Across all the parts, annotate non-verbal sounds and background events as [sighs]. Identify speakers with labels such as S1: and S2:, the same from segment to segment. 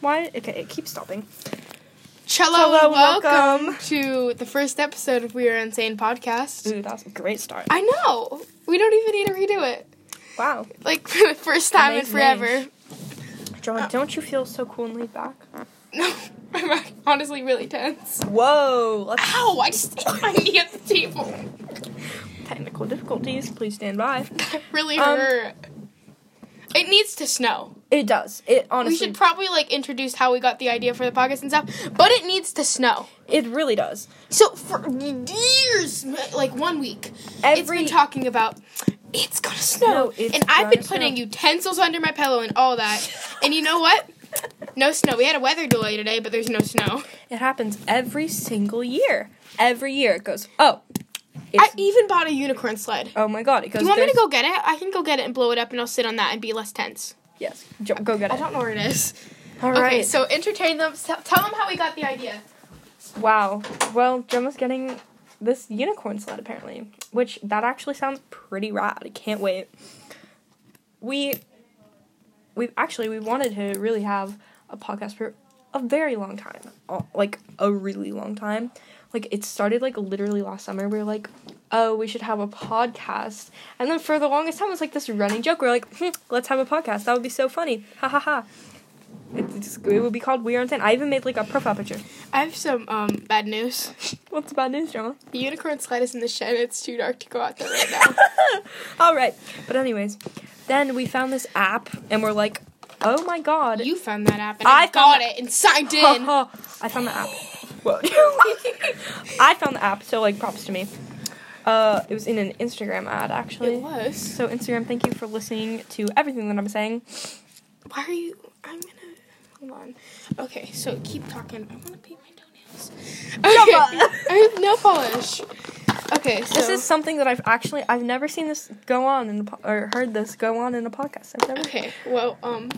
S1: Why? Okay, it keeps stopping.
S2: Cello,
S1: Hello,
S2: welcome,
S1: welcome.
S2: to the first episode of We Are Insane podcast.
S1: Ooh, that's a great start.
S2: I know. We don't even need to redo it.
S1: Wow.
S2: Like [laughs] for the first time in
S1: Amazing.
S2: forever. [laughs]
S1: John,
S2: Ah.
S1: don't you feel so cool and laid back?
S2: No, I'm honestly really tense.
S1: Whoa. Let's
S2: Ow! I just hit my knee at the table.
S1: technical difficulties. Please stand by.
S2: That really
S1: Um,
S2: hurt. It needs to snow.
S1: It does. It
S2: We
S1: honestly.
S2: should probably like introduce how we got the idea for the podcast and stuff, but it needs to snow.
S1: it really does.
S2: So for years, like one week, it's
S1: Every
S2: been talking about it's gonna snow,
S1: No, it's
S2: and I've been
S1: gonna
S2: putting
S1: snow.
S2: utensils under my pillow and all that. and you know what? No snow. We had a weather delay today, but there's no snow.
S1: it happens every single year. Every year it goes. Oh.
S2: I
S1: It's,
S2: even bought a unicorn sled.
S1: oh my god. It goes.
S2: You want me to
S1: there's-
S2: go get it? I can go get it and blow it up, and I'll sit on that and be less tense.
S1: Yes. Jo- Go get
S2: I
S1: it.
S2: don't know where it is.
S1: All right.
S2: Okay, so entertain them. Tell tell them how we got the idea.
S1: Wow. Well, Gemma's getting this unicorn sled apparently, which that actually sounds pretty rad. I can't wait. We we actually we wanted to really have a podcast for a very long time. Uh, Like a really long time. Like it started like literally last summer. We were like, "Oh, we should have a podcast." And then for the longest time it was like this running joke. We are like, hmm, "Let's have a podcast. That would be so funny." Ha ha ha. It's, it would be called We Are Insane. I even made like a profile picture.
S2: I have some um, bad news.
S1: What's bad news, Gemma? [laughs]
S2: The unicorn sled is in the shed. It's too dark to go out there right now.
S1: All right. But anyways, then we found this app and we're like, oh my god.
S2: you found that app, and
S1: I
S2: I,
S1: found
S2: got it and signed
S1: Ha,
S2: in.
S1: ha. I found the app. Whoa. [laughs] I found the app, so like props to me. Uh, it was in an Instagram ad actually.
S2: [laughs] It was.
S1: So Instagram, thank you for listening to everything that I'm saying.
S2: Why are you? I'm gonna hold on. Okay, so keep talking. I want to paint my toenails.
S1: Gemma.
S2: Okay, I have nail polish. Okay, so
S1: This is something that I've actually I've never seen this go on in a po- or heard this go on in a podcast. I've never.
S2: okay. Well, um,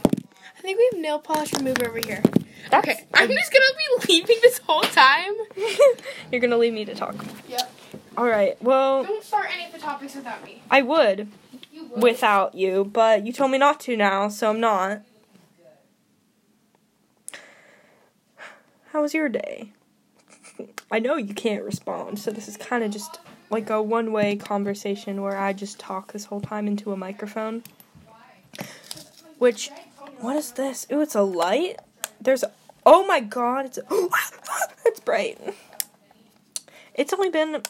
S2: I think we have nail polish remover over here.
S1: That's,
S2: Okay, I'm just gonna be leaving this whole time.
S1: [laughs] You're gonna leave me to talk.
S2: Yep.
S1: All right. Well,
S2: Don't start any of the topics without me.
S1: I would,
S2: You would.
S1: without you, but you told me not to now, so I'm not. How was your day? I know you can't respond, so this is kind of just like a one way conversation where I just talk this whole time into a microphone. Which, what is this? Ooh, it's a light? There's a, oh my god, it's, [gasps] it's bright. It's only been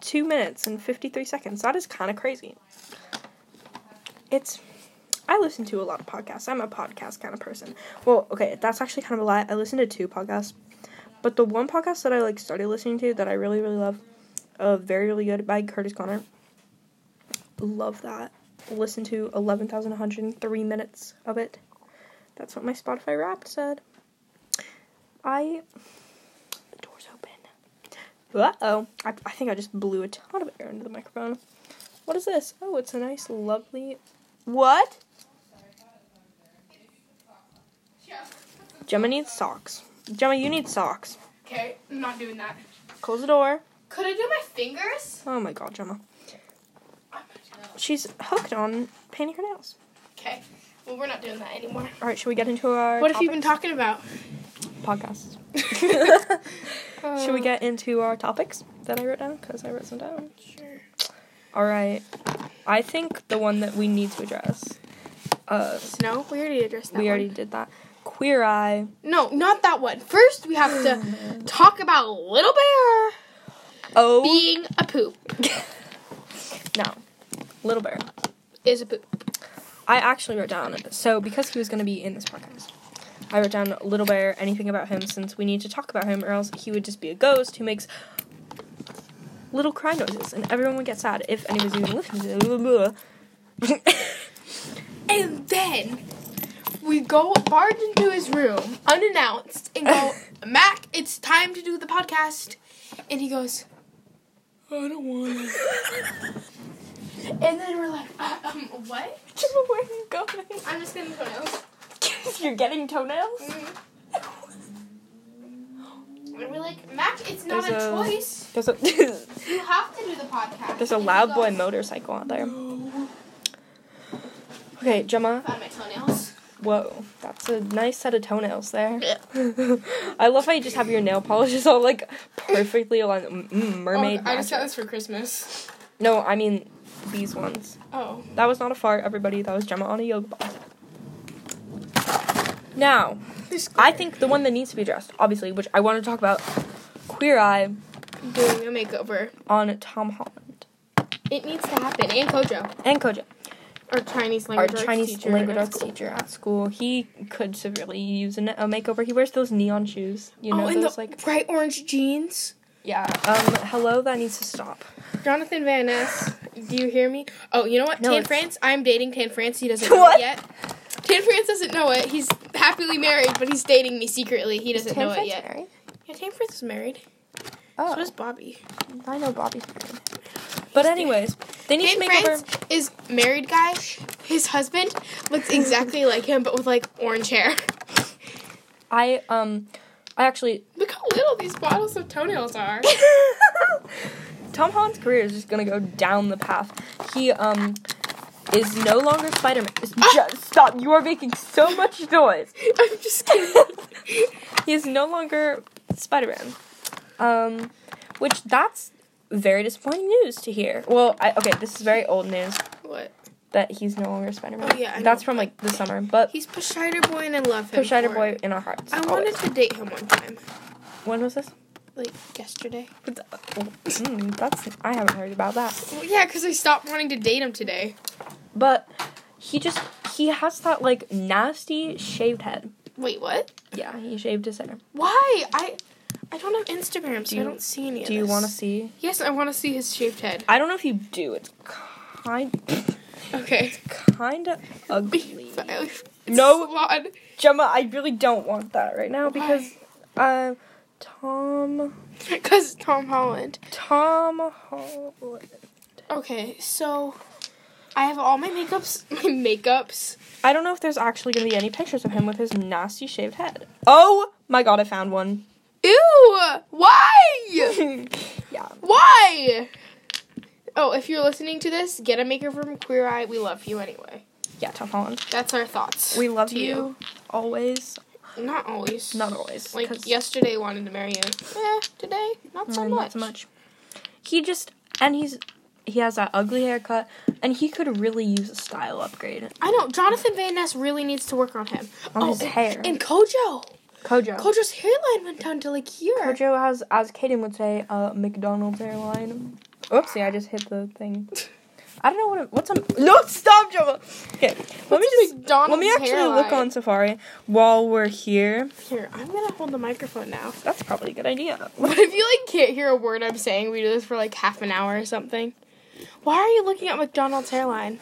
S1: two minutes and 53 seconds. That is kind of crazy it's I listen to a lot of podcasts. I'm a podcast kind of person. Well, okay, that's actually kind of a lie. I listen to two podcasts. But the one podcast that I like started listening to that I really really love, uh very really good by Curtis Connor. Love that. Listen to 11,103 minutes of it. That's what my Spotify Wrapped said. I the door's open. Uh-oh. I, I think I just blew a ton of air into the microphone. What is this? Oh, it's a nice lovely what? Gemma needs socks. Gemma, you need socks.
S2: Okay, I'm not doing that.
S1: Close the door.
S2: Could I do my fingers?
S1: Oh my god, Gemma. She's hooked on painting her nails.
S2: Okay. Well, we're not doing that anymore.
S1: All right, should we get into our
S2: What have you been talking about?
S1: podcasts?
S2: Uh,
S1: [laughs]
S2: [laughs]
S1: should we get into our topics that I wrote down? Because I wrote some down.
S2: Sure.
S1: All right. I think the one that we need to address. Uh,
S2: Snow? We already addressed that.
S1: we already did that. Queer Eye.
S2: One. No, not that one. First, we have [sighs] to talk about Little Bear
S1: Oh
S2: being a poop.
S1: no, Little Bear.
S2: Is a poop.
S1: I actually wrote down so because he was going to be in this podcast. I wrote down Little Bear, anything about him, since we need to talk about him, or else he would just be a ghost who makes little cry noises, and everyone would get sad if anybody's even listening to it. [laughs]
S2: And then we go barge into his room unannounced and go, [laughs] Mac, it's time to do the podcast. And he goes, I don't want to. And then we're like, uh, um, what?
S1: Where are you going?
S2: I'm just gonna go now.
S1: [laughs] You're getting toenails?
S2: And we're like, Mac, it's not
S1: There's
S2: a,
S1: a-
S2: choice.
S1: There's a, [laughs]
S2: You have to do the podcast.
S1: there's a
S2: And he
S1: loud boy
S2: goes,
S1: motorcycle out there.
S2: "No."
S1: Okay, Gemma,
S2: Found my toenails.
S1: Whoa, that's a nice set of toenails there.
S2: Yeah.
S1: I love how you just have your nail polishes all like perfectly aligned. Mm, mm, mermaid.
S2: Oh, I just got
S1: magic.
S2: this for Christmas.
S1: No, I mean these ones.
S2: Oh.
S1: That was not a fart, everybody. That was Gemma on a yoga ball. Now,
S2: This
S1: I think the one that needs to be addressed, obviously, which I want to talk about, Queer Eye
S2: doing a makeover.
S1: on Tom Holland
S2: It needs to happen. And Kojo,
S1: and Koja,
S2: our Chinese
S1: our
S2: language arts
S1: Chinese
S2: teacher
S1: language
S2: at
S1: arts
S2: school.
S1: teacher at school. He could severely use an, a makeover. He wears those neon shoes. You know
S2: oh, and
S1: those
S2: the
S1: like
S2: bright orange jeans.
S1: yeah. Um, hello, that needs to stop.
S2: Jonathan Van Ness, do you hear me? Oh, you know what?
S1: No,
S2: Tan
S1: it's-
S2: France, I'm dating Tan France. He [laughs] doesn't know
S1: What?
S2: it yet. Tan France doesn't know it. He's happily married, but he's dating me secretly. He doesn't know it yet. Yeah, Tan France is married.
S1: Oh,
S2: So is Bobby.
S1: I know Bobby's married. But anyways, they need
S2: Tan
S1: to
S2: France
S1: makeover.
S2: is married guy. His husband looks exactly like him, but with like orange hair. [laughs]
S1: I um, I actually
S2: [laughs] Look how little these bottles of toenails are.
S1: Tom Holland's career is just gonna go down the path. He um is no longer Spider Man.
S2: Ah!
S1: Stop! You are making so much
S2: [laughs]
S1: noise.
S2: I'm just kidding.
S1: he is no longer Spider Man. Um, which that's very disappointing news to hear. Well, I, okay, this is very old news
S2: What?
S1: that he's no longer Spider Man.
S2: Oh, yeah, I
S1: that's
S2: know.
S1: from like the summer. But
S2: He's Peshider Boy and I love him.
S1: push Rider
S2: for
S1: Boy
S2: it.
S1: in our hearts.
S2: I wanted
S1: always.
S2: to date him one time.
S1: When was this?
S2: Like yesterday.
S1: What's- oh, mm, that's I haven't heard about that.
S2: Well, yeah, because I stopped wanting to date him today.
S1: But he just he has that like nasty shaved head.
S2: Wait, what?
S1: Yeah, he shaved his hair.
S2: Why? I I don't have Instagram, so
S1: you-
S2: I don't see any of
S1: Do you want to
S2: to
S1: see?
S2: Yes, I want to see his shaved head.
S1: I don't know if you do. It's kind
S2: Okay.
S1: kind of ugly.
S2: [laughs] It's
S1: No.
S2: salon.
S1: Gemma, I really don't want that right now because uh Tom
S2: Because Tom Holland.
S1: Tom Holland.
S2: Okay, so I have all my makeups. [laughs] My makeups.
S1: I don't know if there's actually going to be any pictures of him with his nasty shaved head. Oh my god, I found one. [laughs]
S2: Ew! Why?
S1: yeah.
S2: Why? Oh, if you're listening to this, get a maker from Queer Eye. We love you anyway.
S1: Yeah, Tom Holland.
S2: That's our thoughts.
S1: We love
S2: To
S1: you. Always.
S2: Not always.
S1: Not always.
S2: Like
S1: 'cause-
S2: yesterday, wanted to marry you. Yeah, today, not so
S1: Mm,
S2: much.
S1: Not so much. He just and he's he has that ugly haircut, and he could really use a style upgrade
S2: I know Jonathan Van Ness really needs to work on him.
S1: on his
S2: and,
S1: hair.
S2: and Kojo.
S1: Kojo. Kojo.
S2: Kojo's hairline went down to like here.
S1: has, as Kaden would say, a McDonald's hairline. Oopsie, I just hit the
S2: [laughs]
S1: thing. I don't know what. It, what's a no? Stop, Jova. Okay, let me
S2: What's
S1: just
S2: McDonald's
S1: let me actually look
S2: hairline?
S1: on Safari while we're here.
S2: Here, I'm gonna hold the microphone now.
S1: That's probably a good
S2: [gasps]
S1: idea.
S2: [laughs] What if you like can't hear a word I'm saying? We do this for like half an hour or something. Why are you looking at McDonald's hairline?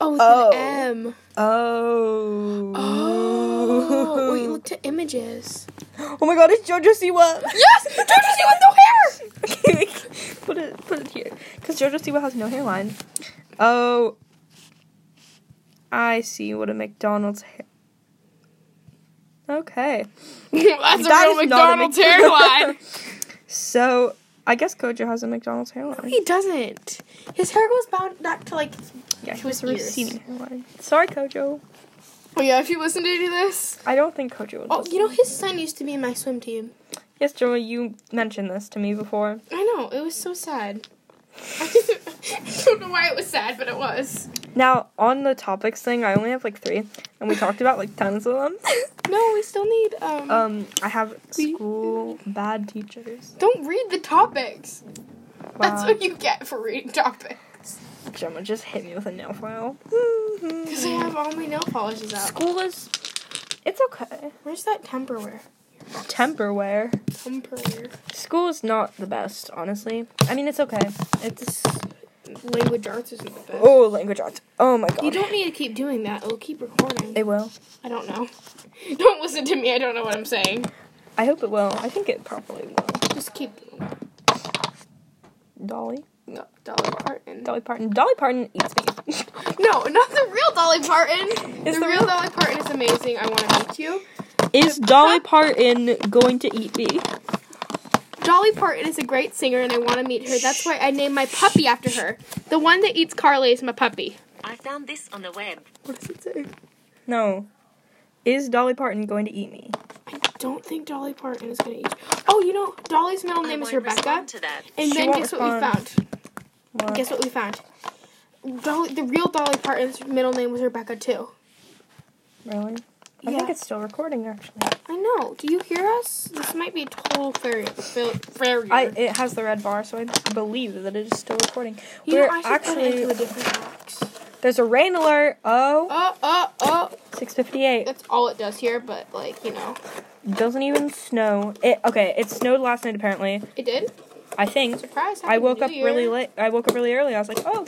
S2: Oh, it's
S1: Oh.
S2: an M.
S1: Oh.
S2: [gasps] Oh, wait, look to images.
S1: Oh my God! It's JoJo Siwa.
S2: Yes, Georgia, she with no hair.
S1: [laughs] put it put it here because Jojo Siwa has no hairline. Oh, I see what a McDonald's hair. Okay,
S2: [laughs] That's
S1: That
S2: a
S1: is
S2: real
S1: not a
S2: McDonald's
S1: Mc-
S2: [laughs] hairline.
S1: [laughs] so I guess Kojo has a McDonald's hairline.
S2: he doesn't. His hair goes bound back to like.
S1: Yeah, he
S2: His
S1: was a
S2: ears.
S1: receding hairline. Sorry, Kojo.
S2: Oh yeah, if you listen to any of this.
S1: I don't think Kojo. Would
S2: Oh,
S1: listen.
S2: you know his son used to be in my swim team.
S1: yes, Joe, you mentioned this to me before.
S2: I know it was so [laughs] sad. I don't know why it was sad, but it was.
S1: Now on the topics thing, I only have like three, and we talked about like tons of
S2: [laughs]
S1: them.
S2: No, we still need. Um,
S1: Um, I have
S2: We-
S1: school bad teachers.
S2: don't read the topics. [laughs] That's
S1: Wow.
S2: what you get for reading topics.
S1: Gemma just hit me with a nail
S2: [laughs]
S1: file.
S2: Because I have all my nail polishes out.
S1: School is. It's okay.
S2: Where's that temperware?
S1: Temperware.
S2: Temperware.
S1: School is not the best, honestly. I mean, it's okay. It's.
S2: Language arts isn't the best.
S1: Oh, language arts. Oh my god.
S2: You don't need to keep doing that. It'll keep recording.
S1: It will.
S2: I don't know. [laughs] Don't listen to me. I don't know what I'm saying.
S1: I hope it will. I think it probably will.
S2: Just keep doing it.
S1: Dolly.
S2: No, Dolly Parton.
S1: Dolly Parton. Dolly Parton eats me. [laughs]
S2: No, not the real Dolly Parton.
S1: It's the
S2: the, real
S1: real-
S2: Dolly Parton is amazing. I want to meet you.
S1: is Dolly Parton going to eat me?
S2: Dolly Parton is a great singer, and I want to meet her. That's why I named my puppy after her. The one that eats Carly is my puppy.
S3: I found this on the web.
S2: What does it say?
S1: No. Is Dolly Parton going to eat me?
S2: I don't think Dolly Parton is gonna eat. Oh, you know, Dolly's middle name
S3: I
S2: is
S3: won't
S2: Rebecca.
S3: respond to that.
S2: And
S1: She
S2: then
S1: won't
S2: guess what we
S1: respond.
S2: found?
S1: What?
S2: Guess what we found? Dolly, the real Dolly Parton's middle name was Rebecca too.
S1: Really? I think it's still recording actually.
S2: I know. Do you hear us? This might be a total failure. failure.
S1: I it has the red bar, so I believe that it is still recording.
S2: you
S1: We're
S2: know, I should put it
S1: actually
S2: into a different box.
S1: there's a rain alert. Oh,
S2: Oh, oh, oh!
S1: 658.
S2: That's all it does here, but like you know,
S1: Doesn't even snow. It okay. It snowed last night apparently.
S2: it did.
S1: I think.
S2: Surprise!
S1: I woke up really late. I woke up really early. I was like, oh,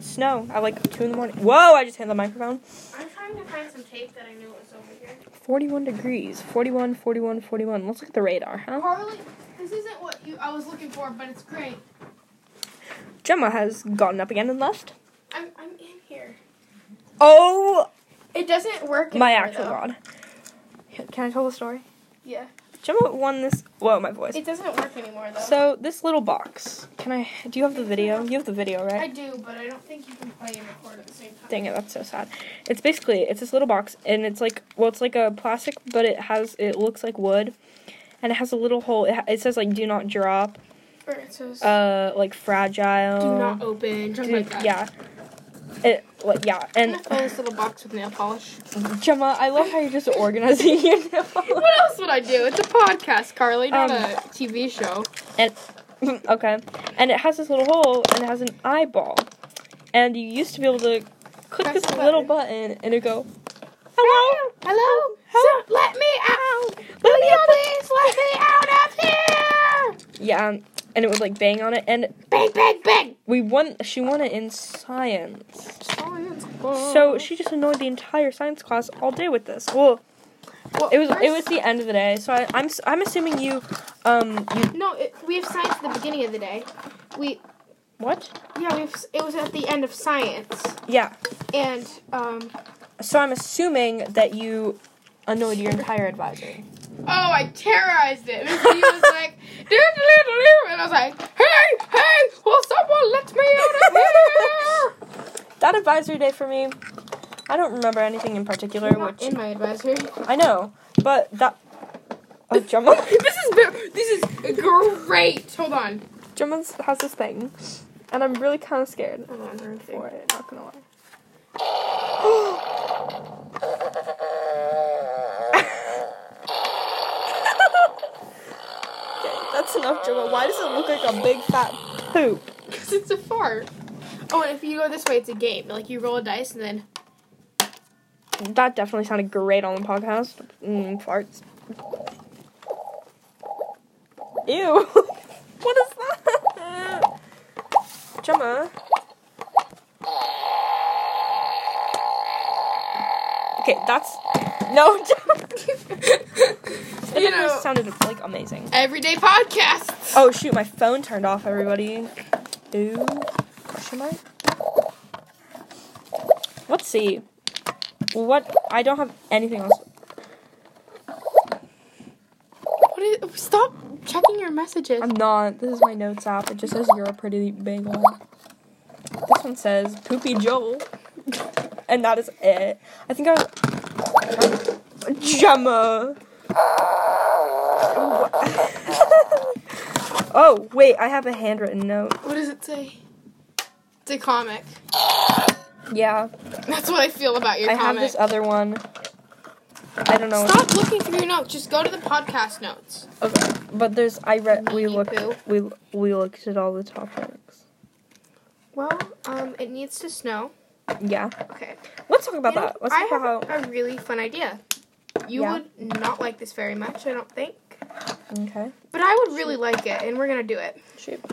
S1: snow. I like two in the morning. Whoa! I just hit the microphone.
S2: I'm trying to find some tape that I knew was over here.
S1: 41 degrees. 41, 41, 41. Let's look at the radar, huh?
S2: Harley, this isn't what you I was looking for, but it's great.
S1: Gemma has gotten up again and left.
S2: I'm, I'm in here.
S1: Oh
S2: It doesn't work.
S1: my
S2: anymore,
S1: actual
S2: though.
S1: god. Can I tell the story?
S2: Yeah.
S1: Gemma won this. Whoa, my voice.
S2: It doesn't work anymore though.
S1: So this little box. Can I? Do you have the video? You have the video,
S2: I
S1: right?
S2: do, but I don't think you can play and record at the same time.
S1: Dang it, that's so sad. It's basically it's this little box, and it's like well, it's like a plastic, but it has it looks like wood, and it has a little hole. It, ha- it says like do not drop,
S2: Or it says,
S1: uh, like fragile.
S2: do not open. Something
S1: Do-
S2: like that.
S1: yeah. It like yeah,
S2: I'm
S1: and
S2: gonna fill this little box with nail polish. [laughs]
S1: Gemma, I love how you're just organizing [laughs] your nail.
S2: what else would I do? It's a podcast, Carly, not
S1: Um,
S2: a TV show.
S1: [laughs] okay. And it has this little hole and it has an eyeball. And you used to be able to click
S2: Press
S1: this
S2: the
S1: little
S2: button.
S1: button and it go, Hello?
S2: Hello? So, let me out!
S1: Let me out.
S2: please let me out of here!
S1: Yeah. um, And it would like bang on it. And
S2: Bang, bang, bang!
S1: we won, she won it in science.
S2: Science. Oh.
S1: So she just annoyed the entire science class all day with this. Well,
S2: Well,
S1: it was it was
S2: first-
S1: the end of the day, so I, I'm s- I'm assuming you, um, you
S2: No, it, we have science at the beginning of the day. We
S1: what?
S2: yeah, we have, s- it was at the end of science,
S1: Yeah.
S2: and um.
S1: So I'm assuming that you annoyed your entire advisor.
S2: Oh, I terrorized it. Miss D was like, "Doo, doo, doo, doo, doo," and I was like, hey, hey, will someone let me out of here?
S1: [laughs] That advisory day for me, I don't remember anything in particular,
S2: Not
S1: which
S2: in my advisory.
S1: I know, but that. [laughs] Oh, Gemma.
S2: This is ve- this is great. Hold on.
S1: Gemma has this thing, and I'm really kind of scared
S2: Hold on.
S1: for
S2: [laughs]
S1: it, not gonna lie. [gasps] [laughs] Okay, That's enough, Gemma. Why does it look like a big fat poop?
S2: Because it's a fart. Oh, and if you go this way, it's a game. Like you roll a dice and then.
S1: That definitely sounded great on the podcast. Mm, farts. Ew. [laughs] what is that? Gemma. Okay, that's no. [laughs] Gemma. It definitely
S2: You know-
S1: sounded like amazing.
S2: Everyday podcasts.
S1: Oh shoot, my phone turned off. Everybody. Ooh. Question mark. Let's see. What? I don't have anything else.
S2: What is, stop checking your messages.
S1: I'm not. This is my notes app. It just says you're a pretty bagel. This one says poopy Joel, [laughs] and that is it. I think I was Gemma. [laughs] oh wait, I have a handwritten note.
S2: What does it say? It's a comic.
S1: Yeah,
S2: That's what I feel about your
S1: I have
S2: comic.
S1: this other one. I don't know.
S2: Stop looking through your notes. Just go to the podcast notes.
S1: Okay, but there's I read we
S2: Meaty
S1: looked
S2: poo.
S1: we we looked at all the topics.
S2: Well, um, it needs to snow.
S1: Yeah,
S2: Okay.
S1: let's talk about
S2: You know,
S1: that. Let's
S2: I
S1: talk
S2: have
S1: about
S2: a really fun idea. You
S1: Yeah.
S2: would not like this very much, I don't think.
S1: okay.
S2: But I would really like it, and we're gonna do it.
S1: Shoot.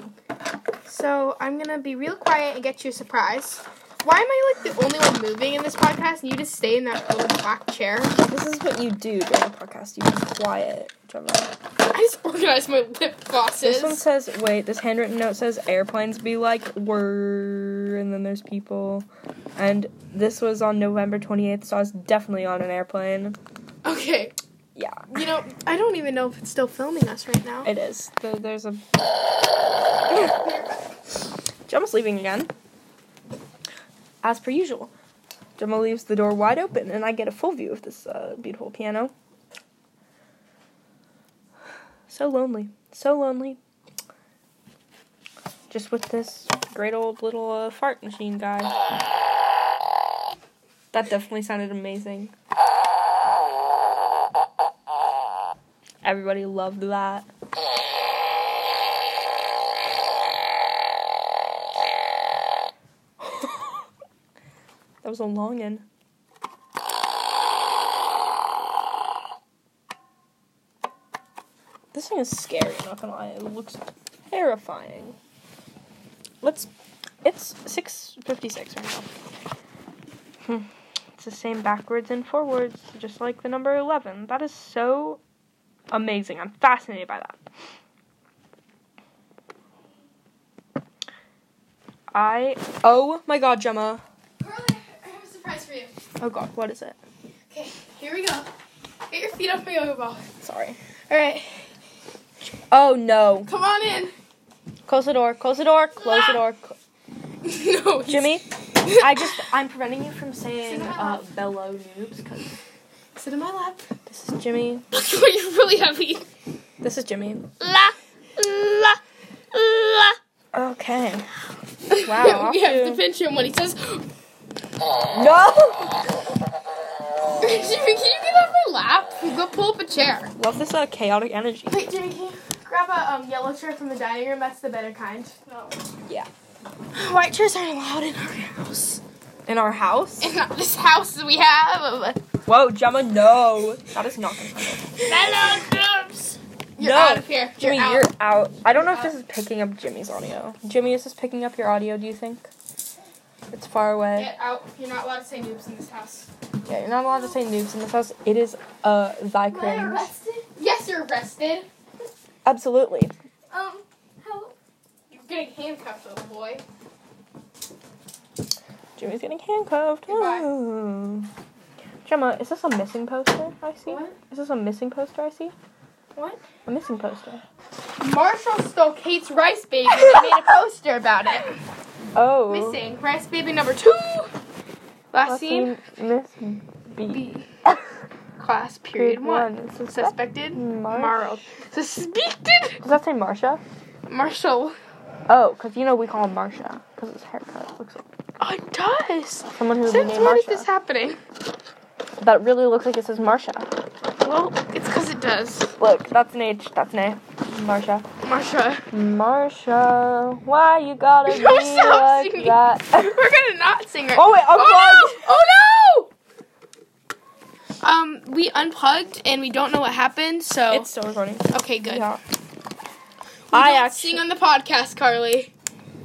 S2: So I'm gonna be real quiet and get you a surprise. Why am I like the only one moving in this podcast, and you just stay in that little black chair?
S1: This is what you do during the podcast. You be quiet, Gemma.
S2: I just organized my lip
S1: This one
S2: glosses.
S1: says, wait, this handwritten note says airplanes be like, were, and then there's people. And this was on November 28th, so I was definitely on an airplane.
S2: Okay,
S1: Yeah,
S2: you know I don't even know if it's still filming us right now.
S1: it is. There- There's [coughs] a. Gemma's leaving again. As per usual, Gemma leaves the door wide open, and I get a full view of this uh, beautiful piano. So lonely, so lonely. Just with this great old little uh, fart machine guy. That definitely sounded amazing. Everybody loved that. that was a long in. This thing is scary, I'm not gonna lie. It looks terrifying. Let's it's six fifty six right now. Hmm. It's the same backwards and forwards, just like the number eleven. That is so amazing. I'm fascinated by that. I oh my god, Gemma.
S2: Carly, I have a surprise for you.
S1: Oh god, what is it?
S2: Okay, here we go. Get your feet off my yoga ball.
S1: Sorry.
S2: All right,
S1: Oh no.
S2: come on in.
S1: Close the door. Close the door. Close the door. Cl-
S2: [laughs] no,
S1: [laughs]
S2: he's-
S1: Jimmy, I just I'm preventing you from saying uh, bellow noobs because
S2: sit in my [laughs] lap.
S1: this is Jimmy.
S2: You're really heavy.
S1: This is Jimmy.
S2: La, la, la.
S1: Okay.
S2: [laughs] Yeah,
S1: Wow.
S2: we have to
S1: off
S2: pinch him when he says, [laughs]
S1: you- no.
S2: Jimmy, can you get off my lap? Go pull up a chair.
S1: Love this uh, chaotic energy.
S2: Wait, Jimmy, can you grab a um, yellow chair from the dining room? That's the better kind. No.
S1: Yeah.
S2: White chairs aren't allowed in our house.
S1: In our house.
S2: In this house that we have.
S1: Whoa, Gemma, no. That is not gonna happen.
S2: Hello, noobs. You're
S1: No.
S2: out of here.
S1: Jimmy,
S2: you're out.
S1: you're out. I don't know if this is picking up Jimmy's audio. Jimmy, is this picking up your audio? Do you think? It's far away.
S2: Get out. You're not allowed to say noobs in this house.
S1: Yeah, you're not allowed to say noobs in this house. It is uh thy cringe.
S2: Yes, you're arrested.
S1: Absolutely.
S2: Um, how? You're getting handcuffed, little boy.
S1: Jimmy's getting handcuffed.
S2: Goodbye.
S1: Ooh. Gemma, is this a missing poster I see?
S2: What?
S1: Is this a missing poster I see?
S2: What?
S1: A missing poster.
S2: Marshall stole Kate's rice baby and made a poster about it. [laughs]
S1: Oh.
S2: Missing. Rice baby number two. Last,
S1: Last
S2: scene.
S1: name, Miss B. [laughs]
S2: B. Class
S1: Period
S2: period one.
S1: one. Suspect-
S2: Suspected.
S1: Mar-
S2: Marl. Suspected.
S1: Does that say Marsha?
S2: Marshall.
S1: Oh, because you know we call him Marsha because his haircut looks like
S2: Oh, it does.
S1: someone who's
S2: Since
S1: named
S2: when is
S1: Marsha.
S2: this happening?
S1: that really looks like it says Marsha.
S2: Well, it's because it does.
S1: Look, that's an H. That's an A. Marsha.
S2: Marsha.
S1: Marsha, why you gotta be
S2: [laughs] You're so
S1: like
S2: sweet. [laughs] We're
S1: that? [laughs]
S2: gonna not sing right.
S1: oh wait, I'm
S2: oh, no! oh no! Um, we unplugged and we don't know what happened. So
S1: It's still recording.
S2: okay, Oh, good.
S1: Yeah.
S2: We
S1: I
S2: don't
S1: actually.
S2: sing on the podcast, Carly.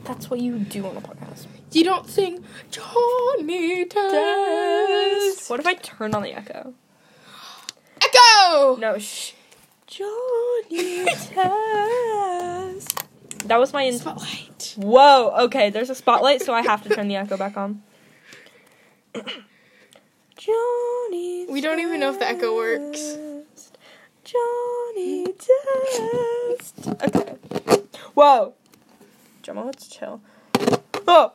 S1: That's what you do on a podcast.
S2: You don't sing Johnny Test.
S1: What if I turn on the echo?
S2: Echo.
S1: No, shh.
S2: [laughs]
S1: Johnny Test. That was my. In-
S2: Spotlight.
S1: Whoa, okay, there's a spotlight, so I have to turn the echo back on. Johnny
S2: We don't even know if the echo works.
S1: Test. Johnny Test. Okay. Whoa. Gemma, let's chill. Oh!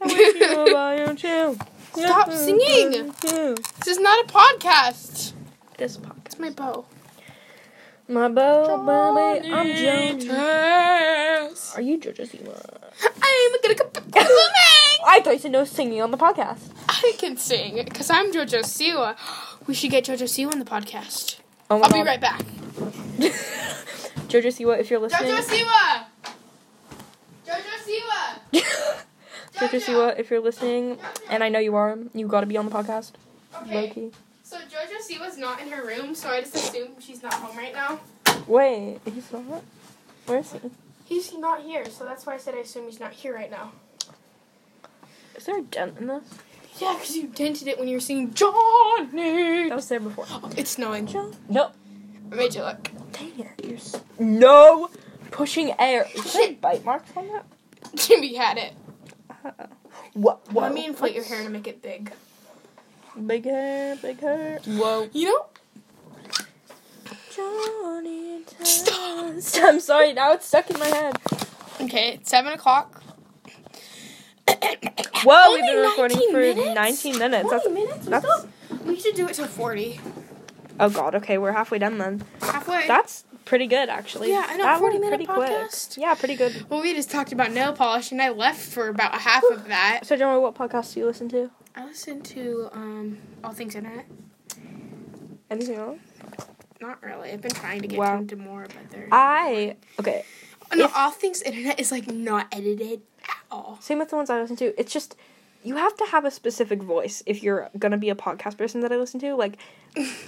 S1: I wish you were by your chill.
S2: Stop
S1: Yeah,
S2: singing.
S1: yeah.
S2: This is not a podcast.
S1: This podcast.
S2: It's my bow.
S1: My bow, baby, I'm
S2: Johnny
S1: Joan.
S2: Test.
S1: Are you JoJo's Ema?
S2: I'm gonna go [laughs] pick up the man.
S1: I thought you said no singing on the podcast.
S2: I can sing because I'm JoJo Siwa. We should get JoJo Siwa on the podcast.
S1: Oh my
S2: I'll be
S1: God.
S2: right back.
S1: [laughs] JoJo Siwa, if you're listening.
S2: Siwa! JoJo Siwa!
S1: [laughs] JoJo Siwa, if you're listening, and I know you are, you gotta be on the podcast. Loki.
S2: so JoJo Siwa's not in her room, so I just assume she's not home right now.
S1: Wait, he's not? Where is he?
S2: He's not here, so that's why I said I assume he's not here right now.
S1: Is there a dent in this?
S2: Yeah, because you dented it when you were singing Johnny!
S1: That was there before. [gasps]
S2: Oh, it's snowing.
S1: John? No.
S2: I made you look. [laughs]
S1: Dang it. You're s- no pushing air. Is there bite marks on that?
S2: Jimmy had it.
S1: What?
S2: Let me inflate your hair to make it big.
S1: Big hair, big hair. Whoa.
S2: You know,
S1: Johnny Test. [laughs]
S2: Stop.
S1: I'm sorry, now it's stuck in my head.
S2: Okay, it's seven o'clock.
S1: Whoa,
S2: Only
S1: we've been recording
S2: 19
S1: for 19
S2: minutes?
S1: minutes. That's,
S2: 20 minutes? We
S1: that's-
S2: still- we should do it till 40.
S1: oh god, okay, we're halfway done then.
S2: Halfway.
S1: That's pretty good actually.
S2: Yeah, I know,
S1: That
S2: 40
S1: went
S2: minute
S1: pretty quick.
S2: podcast.
S1: Yeah, pretty good.
S2: well, we just talked about nail polish, and I left for about half of that.
S1: So, Jonah, what podcast do you listen to?
S2: I listen to um, all things internet.
S1: Anything else?
S2: Not really. I've been trying to get
S1: Wow.
S2: into more, but they're
S1: I okay.
S2: no.
S1: if-
S2: All things internet is like not edited at all.
S1: Same with the ones I listen to. It's just you have to have a specific voice if you're gonna be a podcast person that I listen to. [laughs] Like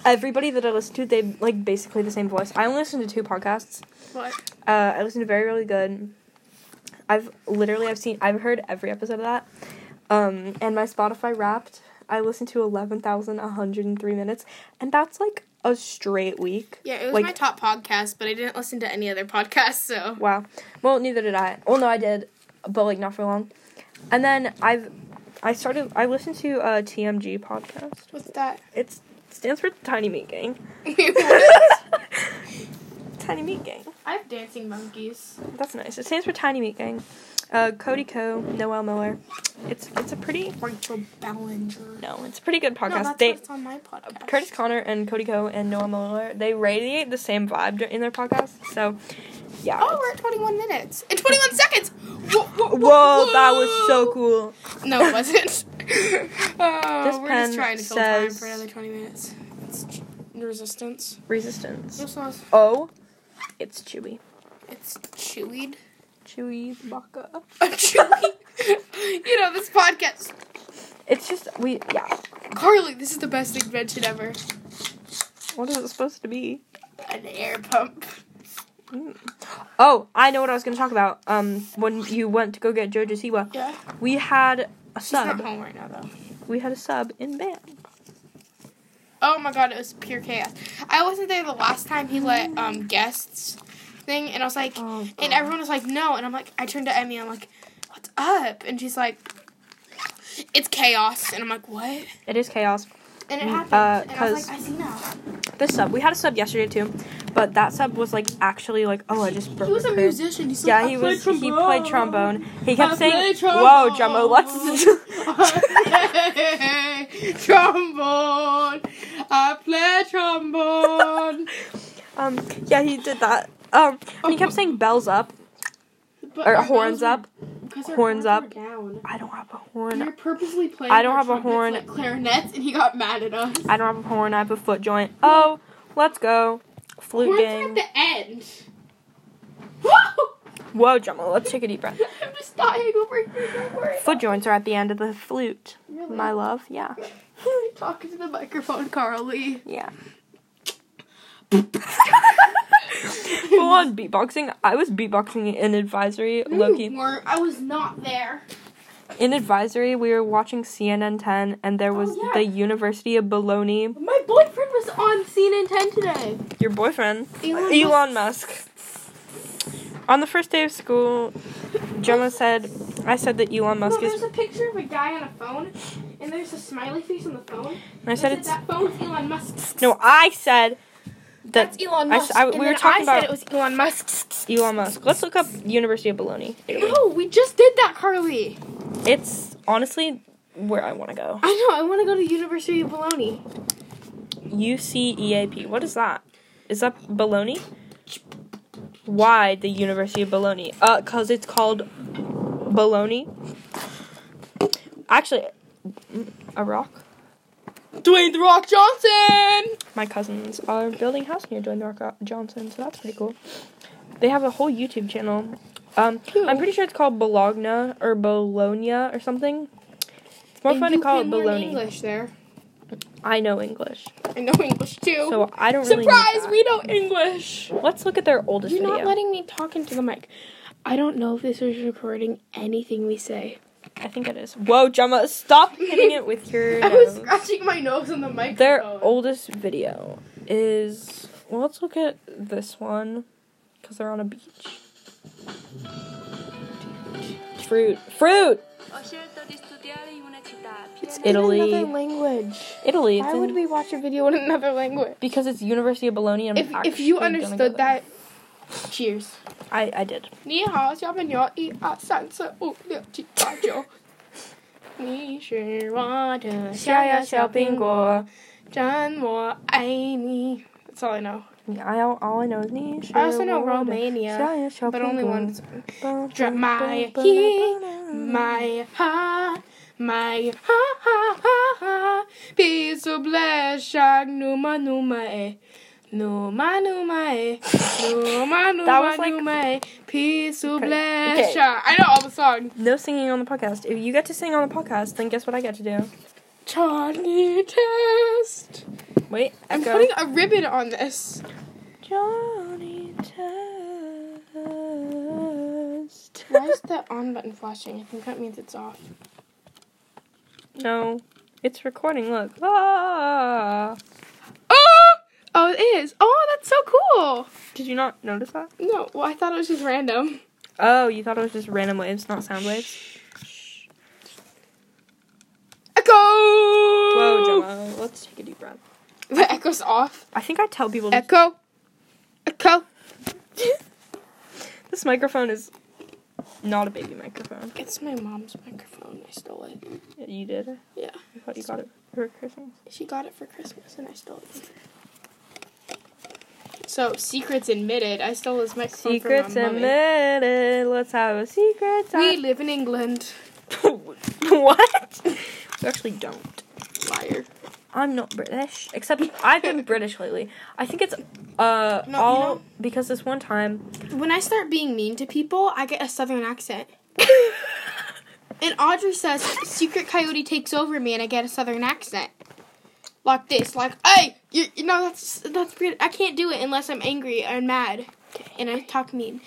S1: everybody that I listen to, they like basically the same voice. I only listen to two podcasts.
S2: What?
S1: Uh, I listen to very really good. I've literally I've seen I've heard every episode of that. Um, and my Spotify Wrapped, I listened to eleven thousand one hundred and three minutes, and that's like a straight week.
S2: Yeah, it was
S1: Like-
S2: my top podcast, but I didn't listen to any other podcast. So
S1: Wow. Well, neither did I. Well, no, I did, but like not for long. And then I've I started I listened to uh, a TMG podcast.
S2: what's [laughs] that?
S1: It's stands for Tiny Meat Gang. Tiny Meat Gang.
S2: I have dancing monkeys.
S1: That's nice. It stands for Tiny Meat Gang. Uh, Cody Co, Noel Miller. It's it's a pretty
S2: Rachel Ballinger.
S1: no, it's a pretty good
S2: no,
S1: podcast.
S2: that's
S1: they
S2: what's on my podcast.
S1: Curtis Connor and Cody Co and Noel Miller, they radiate the same vibe dur- in their podcast. So, yeah.
S2: Oh,
S1: it's-
S2: we're at 21 minutes and 21 seconds. Whoa, whoa, whoa,
S1: Whoa, that was
S2: whoa.
S1: so cool.
S2: No, it
S1: [laughs]
S2: wasn't. oh,
S1: This
S2: we're
S1: pen
S2: just trying to fill
S1: says-
S2: time for another 20 minutes. It's ch- resistance.
S1: Resistance.
S2: This one's
S1: Oh, it's Chewy.
S2: it's chewied. [laughs]
S1: Chewy Baka.
S2: chewy. [laughs] you know this podcast,
S1: It's just we yeah.
S2: Carly. This is the best invention ever.
S1: What is it supposed to be?
S2: An air pump.
S1: Oh, I know what I was gonna talk about. Um, when you went to go get Jojo Siwa,
S2: Yeah.
S1: we had a
S2: She's not
S1: sub.
S2: home right now though.
S1: We had a sub in band.
S2: Oh my god, it was pure chaos. I wasn't there the last time he let um guests thing, and I was like,
S1: Oh, God.
S2: and everyone was like, no, and I'm like, I turned to Emmy, I'm like, what's up? And she's like, it's chaos, and I'm like, what?
S1: It is chaos.
S2: And it happened,
S1: uh,
S2: and I
S1: 'cause-
S2: was like, I see now.
S1: This sub, we had a sub yesterday too, but that sub was like actually like oh I just broke.
S2: He was
S1: my
S2: a
S1: crib.
S2: musician. He's
S1: Yeah, he was. He played trombone. He kept
S2: I play
S1: saying,
S2: trombone.
S1: "Whoa, Drummo, let's."
S2: [laughs] trombone. I play trombone.
S1: [laughs] um, yeah, he did that. Um, and he kept saying "bells up"
S2: But
S1: or
S2: our
S1: "horns
S2: bells are-
S1: up."
S2: 'cause our
S1: horns up.
S2: were Down.
S1: I don't have a
S2: We
S1: horn.
S2: We're purposely playing.
S1: I don't
S2: our
S1: have a
S2: trumpets
S1: horn.
S2: Like clarinets, and he got mad at us.
S1: I don't have a horn. I have a foot joint. Oh, let's go. Flute
S2: Horns are
S1: game.
S2: at the end. [laughs] Whoa!
S1: Whoa, Gemma, let's take a deep breath.
S2: I'm just dying over here. Don't worry.
S1: Foot joints are at the end of the flute,
S2: Really?
S1: my
S2: [laughs]
S1: love. Yeah.
S2: Talking to the microphone, Carly.
S1: Yeah. Full on beatboxing. I was beatboxing in advisory,
S2: You
S1: Loki.
S2: weren't- I was not there.
S1: In advisory, we were watching CNN 10, and there was
S2: Oh, yeah.
S1: the University of Bologna.
S2: My boyfriend was on CNN 10 today.
S1: Your boyfriend,
S2: Elon
S1: Elon Musk. On the first day of school, Gemma said, I said that Elon
S2: No,
S1: Musk is.
S2: there's a picture of a guy on a phone, and there's a smiley face on the phone.
S1: and I said it's.
S2: that phone's Elon Musk.
S1: No, I said that.
S2: that's Elon
S1: I
S2: Musk.
S1: s- I-
S2: and
S1: we were
S2: then
S1: talking
S2: I
S1: about-
S2: said it was
S1: [laughs]
S2: Elon Musk.
S1: Elon Musk. Let's look up University of Bologna. Italy.
S2: No, we just did that, Carly.
S1: It's honestly where I want to go.
S2: I know. I want to go to University of Bologna.
S1: UCEAP. E What is that? Is that Bologna? Why the University of Bologna? Uh, cause it's called Bologna. Actually, mm, a rock.
S2: Dwayne the Rock Johnson.
S1: My cousins are building a house near Dwayne the Rock uh, Johnson, so that's pretty cool. They have a whole YouTube channel. Um,
S2: Cool.
S1: I'm pretty sure it's called Bologna or Bologna or something. It's more
S2: And
S1: fun to
S2: you
S1: call
S2: can
S1: it
S2: learn
S1: Bologna.
S2: English there.
S1: I know English.
S2: I know English too.
S1: So I don't really. need
S2: Surprise!
S1: that.
S2: We know English.
S1: Let's look at their oldest
S2: You're
S1: video.
S2: not letting me talk into the mic. I don't know if this is recording anything we say.
S1: I think it is. Whoa, Gemma, stop hitting it with your.
S2: [laughs] I was
S1: nose.
S2: scratching Oh. my nose on the microphone.
S1: Their oldest video is. Well, let's look at this one, because they're on a beach. Fruit, fruit.
S3: Ho scelto di studiare in una città
S2: It's
S3: piena
S2: in
S1: Italy.
S2: another language.
S1: Italy. It's
S2: Why
S1: in-
S2: would we watch a video in another language?
S1: Because it's University of Bologna. And I'm
S2: If, if you
S1: actually gonna go
S2: understood
S1: there.
S2: that, cheers.
S1: I I did.
S2: Ni hao, xiao men yo, yi a san se, u liu, qi, fa, jiu. 你是我的小呀小苹果，真我爱你。That's all I know.
S1: I, all, all I know is niche.
S2: I also know Romania, but only one song. Dra- my he, my heart, my ha ha ha ha. Piece of flesh, shark, numa numa eh. Numa numa eh. [laughs] Numa numa
S1: was like-
S2: numa eh. Piece of
S1: Okay.
S2: flesh,
S1: Okay.
S2: shark. I know all the song.
S1: No singing on the podcast. If you get to sing on the podcast, then guess what I get to do?
S2: Johnny Test.
S1: Wait,
S2: I'm
S1: echo.
S2: putting a ribbon on this.
S1: Johnny Test.
S2: Why is the on button flashing? I think that means it's off.
S1: [laughs] no, it's recording. Look. Ah.
S2: Oh! Oh, it is. Oh, that's so cool.
S1: Did you not notice that?
S2: No, well, I thought it was just random.
S1: Oh, you thought it was just random waves, not sound waves.
S2: Echo!
S1: Whoa,
S2: Whoa,
S1: Gemma. Let's take a deep breath.
S2: The echo's off.
S1: I think I tell people to-
S2: Echo. Echo.
S1: this microphone is not a baby microphone.
S2: It's my mom's microphone. I stole it.
S1: You did.
S2: Yeah.
S1: I thought you got it for Christmas.
S2: She got it for Christmas and I stole it. So, secrets admitted. I stole his microphone
S1: Secrets
S2: from my mommy.
S1: admitted. Let's have a secret
S2: We
S1: time.
S2: live in England.
S1: [laughs] what? We actually don't.
S2: Liar.
S1: I'm not British, except I've
S2: [laughs]
S1: been British lately. I think it's uh
S2: you
S1: all
S2: know-
S1: because this one
S2: [laughs]
S1: time.
S2: When I start being mean to people, I get a southern accent. And Audrey says, Secret Coyote takes over me, and I get a southern accent. Like this, like, hey, you, you know, that's, that's weird. I can't do it unless I'm angry or mad. And I talk mean.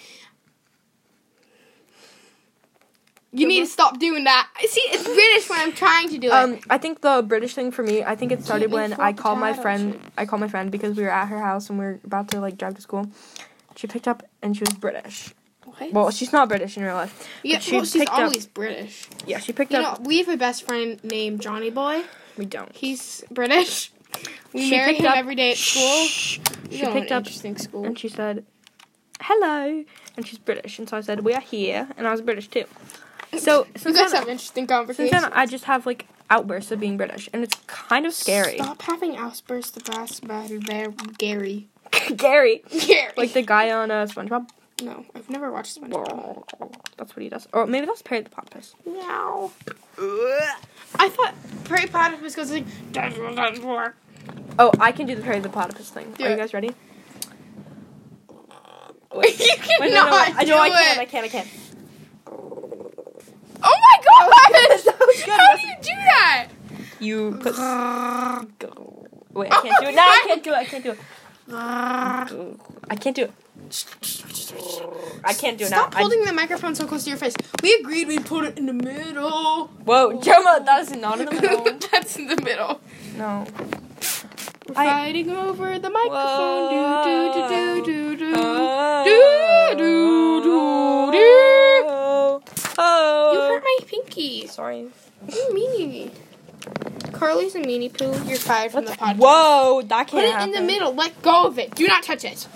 S2: You need to stop doing that. See, it's British when I'm trying to do it.
S1: Um, I think the British thing for me, I think it started
S2: make
S1: when
S2: full
S1: I called my
S2: potato
S1: friend. I called my friend because we were at her house and we were about to like drive to school. She picked up and she was British.
S2: what?
S1: Well, she's not British in real life.
S2: yeah,
S1: but she
S2: well, she's
S1: picked up-
S2: always British.
S1: Yeah, she picked
S2: You
S1: up.
S2: know, we have a best friend named Johnny Boy.
S1: we don't.
S2: He's British. We
S1: She
S2: marry
S1: picked
S2: him
S1: up-
S2: every day at school.
S1: Shh.
S2: We
S1: She
S2: go to an
S1: picked up
S2: interesting school.
S1: and she said, "Hello," and she's British. And so I said, "We are here," and I was British
S2: [laughs]
S1: too. So
S2: You
S1: since
S2: guys
S1: then,
S2: have interesting
S1: since
S2: conversations.
S1: then, I just have like outbursts of being British, and it's kind of scary.
S2: Stop [laughs] having outbursts of us about very Gary.
S1: Gary,
S2: Gary.
S1: like the guy on uh, SpongeBob.
S2: no, I've never watched SpongeBob.
S1: That's what he does. Or maybe that's Perry the Platypus.
S2: Meow. I thought Prairie Platypus goes like "Dun, dun, dun, dun."
S1: Oh, I can do the Perry the Platypus thing.
S2: Do
S1: Are you
S2: it.
S1: guys ready?
S2: [laughs] You cannot
S1: Wait, no, no, wait. I
S2: do
S1: know I
S2: it.
S1: can. I can. I can.
S2: Oh my god!
S1: That was good,
S2: How do
S1: wasn't
S2: you do that?
S1: You put.
S2: [laughs]
S1: Wait, I can't do it. No, I can't do it. I can't do it. I can't do it. I can't do it
S2: Stop
S1: now. I-
S2: holding the microphone so close to your face. We agreed we'd put it in the [laughs] middle.
S1: Whoa, Gemma, that is not in the middle.
S2: [laughs] That's in the middle.
S1: No.
S2: We're
S1: I-
S2: fighting over the microphone. Do do do do do do.
S1: Oh.
S2: do, do, do.
S1: Oh.
S2: You hurt my pinky.
S1: Sorry.
S2: You meanie. Carly's a meanie poo. You're fired from the podcast.
S1: Whoa, that can't
S2: Put it
S1: happen.
S2: in the middle. Let go of it. Do not touch
S1: [laughs]
S2: it.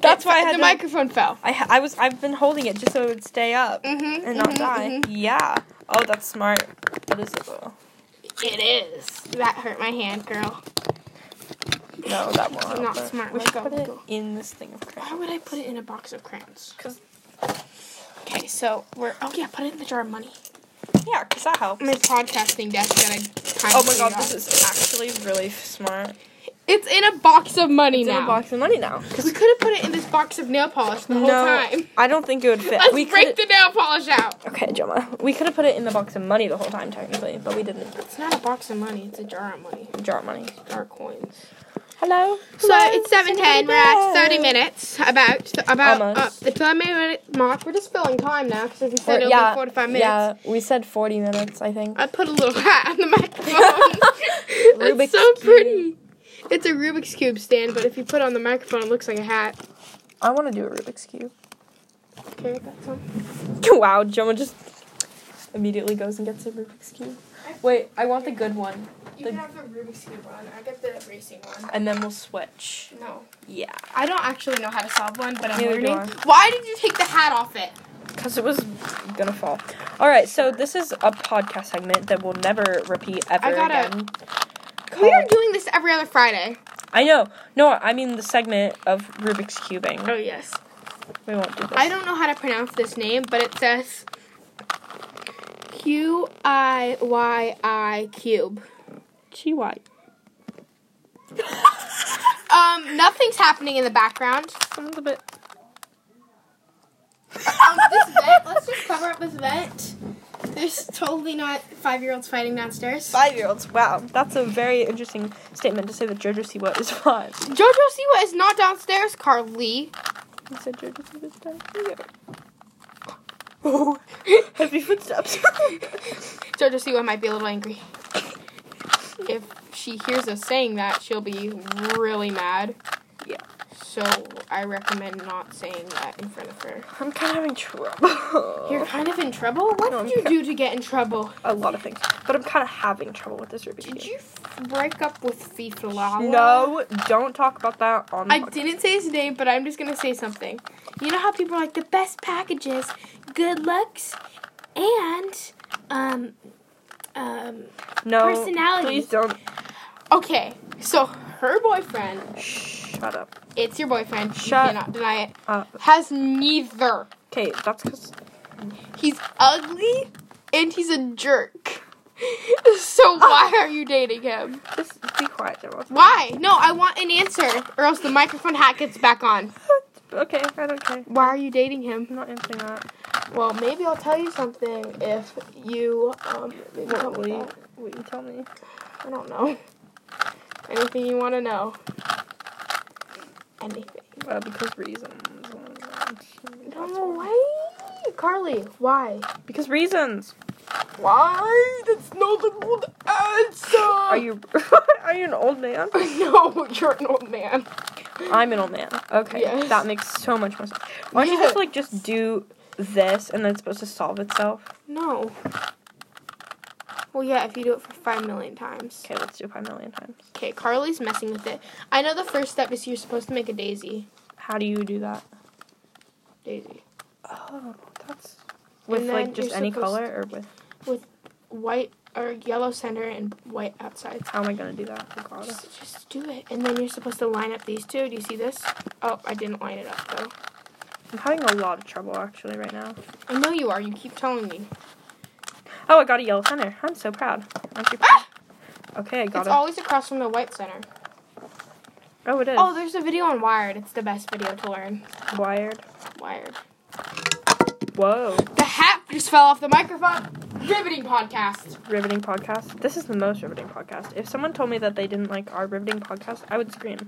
S1: That's why I had to-
S2: the microphone fell.
S1: I, ha- I was I've been holding it just so it would stay up
S2: Mm-hmm.
S1: and not die. Yeah. Oh, that's smart. That is a little.
S2: mm-hmm. It is. That hurt my hand, girl.
S1: No, that won't.
S2: Not
S1: happen.
S2: smart.
S1: We
S2: Let
S1: should
S2: go,
S1: put
S2: let
S1: it
S2: go. Uh-huh.
S1: in this thing of crap.
S2: Why would I put it in a box of crayons?
S1: 'Cause-
S2: Okay, so we're. Oh yeah, put it in the jar of money.
S1: Yeah, cause that helps.
S2: My podcasting desk that I. kind
S1: Oh
S2: of
S1: my god,
S2: cleaned
S1: this
S2: off.
S1: is actually really smart.
S2: It's in a box of money
S1: It's
S2: now.
S1: in a box of money now. 'Cause
S2: We could have put it in this box of nail polish the whole time.
S1: I don't think it would fit.
S2: [laughs] Let's
S1: we
S2: break
S1: could
S2: the nail polish out.
S1: Okay, Gemma. We could have put it in the box of money the whole time technically, but we didn't.
S2: It's not a box of money. It's a jar of money.
S1: Jar of money.
S2: Jar of coins.
S1: Hello.
S2: So it's seven ten. We're at thirty minutes. About about uh,
S1: Almost.
S2: the thirty minute mark. We're just filling time now because we said it'll be forty five minutes.
S1: Yeah, we said 40 minutes, I think.
S2: I put a little [laughs] hat on the
S1: [laughs]
S2: microphone.
S1: Rubik's
S2: it's so
S1: cube.
S2: pretty. It's a Rubik's cube stand, but if you put it on the microphone, it looks like a hat.
S1: I want to do a Rubik's Cube.
S2: Okay, that's all.
S1: [laughs] wow, Gemma just immediately goes and gets a Rubik's Cube. Wait, I want the good one,
S2: You
S1: can
S2: have the Rubik's cube one. I get the racing one.
S1: and then we'll switch.
S2: No,
S1: Yeah.
S2: I don't actually know how to solve one, but I'm
S1: Neither do
S2: learning. Why did you take the hat off it?
S1: because it was gonna fall. All right, so this is a podcast segment that we'll never repeat ever
S2: I gotta-
S1: again.
S2: We are
S1: Called-
S2: doing this every other Friday.
S1: I know. No, I mean the segment of Rubik's cubing.
S2: yes.
S1: We won't do this.
S2: I don't know how to pronounce this name, but it says Q I Y I cube.
S1: G Y.
S2: Um, nothing's happening in the background.
S1: A little bit.
S2: Um, this vent. Let's just cover up this vent. There's totally not five-year-olds fighting downstairs.
S1: Five-year-olds. Wow, that's a very interesting statement to say that JoJo Siwa is [laughs] five.
S2: Jojo Siwa is not downstairs, Carly. [laughs]
S1: You said JoJo Siwa's five. [laughs] Yeah. Oh, heavy
S2: [laughs]
S1: footsteps.
S2: Jojo Siwa might be a little angry. If she hears us saying that, she'll be really mad.
S1: Yeah.
S2: So I recommend not saying that in front of her.
S1: I'm kind of having trouble.
S2: You're kind of in trouble? What
S1: Oh. No, I'm
S2: did you
S1: ca-
S2: do to get in trouble?
S1: a lot of things, but I'm kind of having trouble with this Rubik's
S2: Did
S1: cube.
S2: you f- break up with Fifla?
S1: No, don't talk about that on. The
S2: I didn't say his name, but I'm just gonna say something. You know how people are like the best packages, good looks, and um um
S1: No,
S2: personality.
S1: Please don't.
S2: Okay, so her boyfriend,
S1: Shut up.
S2: it's your boyfriend,
S1: Shut
S2: you cannot deny it,
S1: Uh,
S2: has neither.
S1: okay, that's because
S2: He's ugly and he's a jerk. [laughs] so why [laughs] are you dating him?
S1: just be quiet, Gemma.
S2: Why? No, I want an answer, or else the microphone hat gets back on.
S1: [laughs] okay, I don't care.
S2: Why are you dating
S1: I'm
S2: him?
S1: not answering that.
S2: Well, maybe I'll tell you something if you um. Maybe tell
S1: What will
S2: me
S1: you?
S2: that.
S1: Will you tell me?
S2: I don't know. Anything you want to know? Anything.
S1: Uh, because reasons.
S2: No way, Carly. Why?
S1: Because reasons.
S2: Why? That's not a good answer.
S1: Are you? [laughs] are you an old man?
S2: [laughs] no, you're an old man.
S1: I'm an old man. Okay,
S2: Yes.
S1: that makes so much more sense. Why don't you just
S2: Yeah.
S1: like just do this and then it's supposed to solve itself?
S2: No. Well, yeah, if you do it for five million times.
S1: Okay, let's do five million times.
S2: Okay, Carly's messing with it. I know the first step is you're supposed to make a daisy.
S1: How do you do that?
S2: Daisy.
S1: Oh, that's with
S2: And
S1: like
S2: then
S1: just
S2: you're
S1: any
S2: supposed
S1: color, or with
S2: White or yellow center and white outside.
S1: how am I gonna do that? Oh, God.
S2: Just, just do it. And then you're supposed to line up these two. Do you see this? Oh, I didn't line it up though.
S1: I'm having a lot of trouble actually right now.
S2: I know you are. You keep telling me.
S1: Oh, I got a yellow center. I'm so proud. Aren't you proud?
S2: Ah!
S1: Okay, I got
S2: It's
S1: it.
S2: always across from the white center.
S1: oh, it is
S2: Oh, there's a video on Wired. It's the best video to learn.
S1: wired.
S2: Wired.
S1: Whoa,
S2: The hat just fell off the microphone. Riveting podcast.
S1: riveting podcast. This is the most riveting podcast. If someone told me that they didn't like our riveting podcast, I would scream.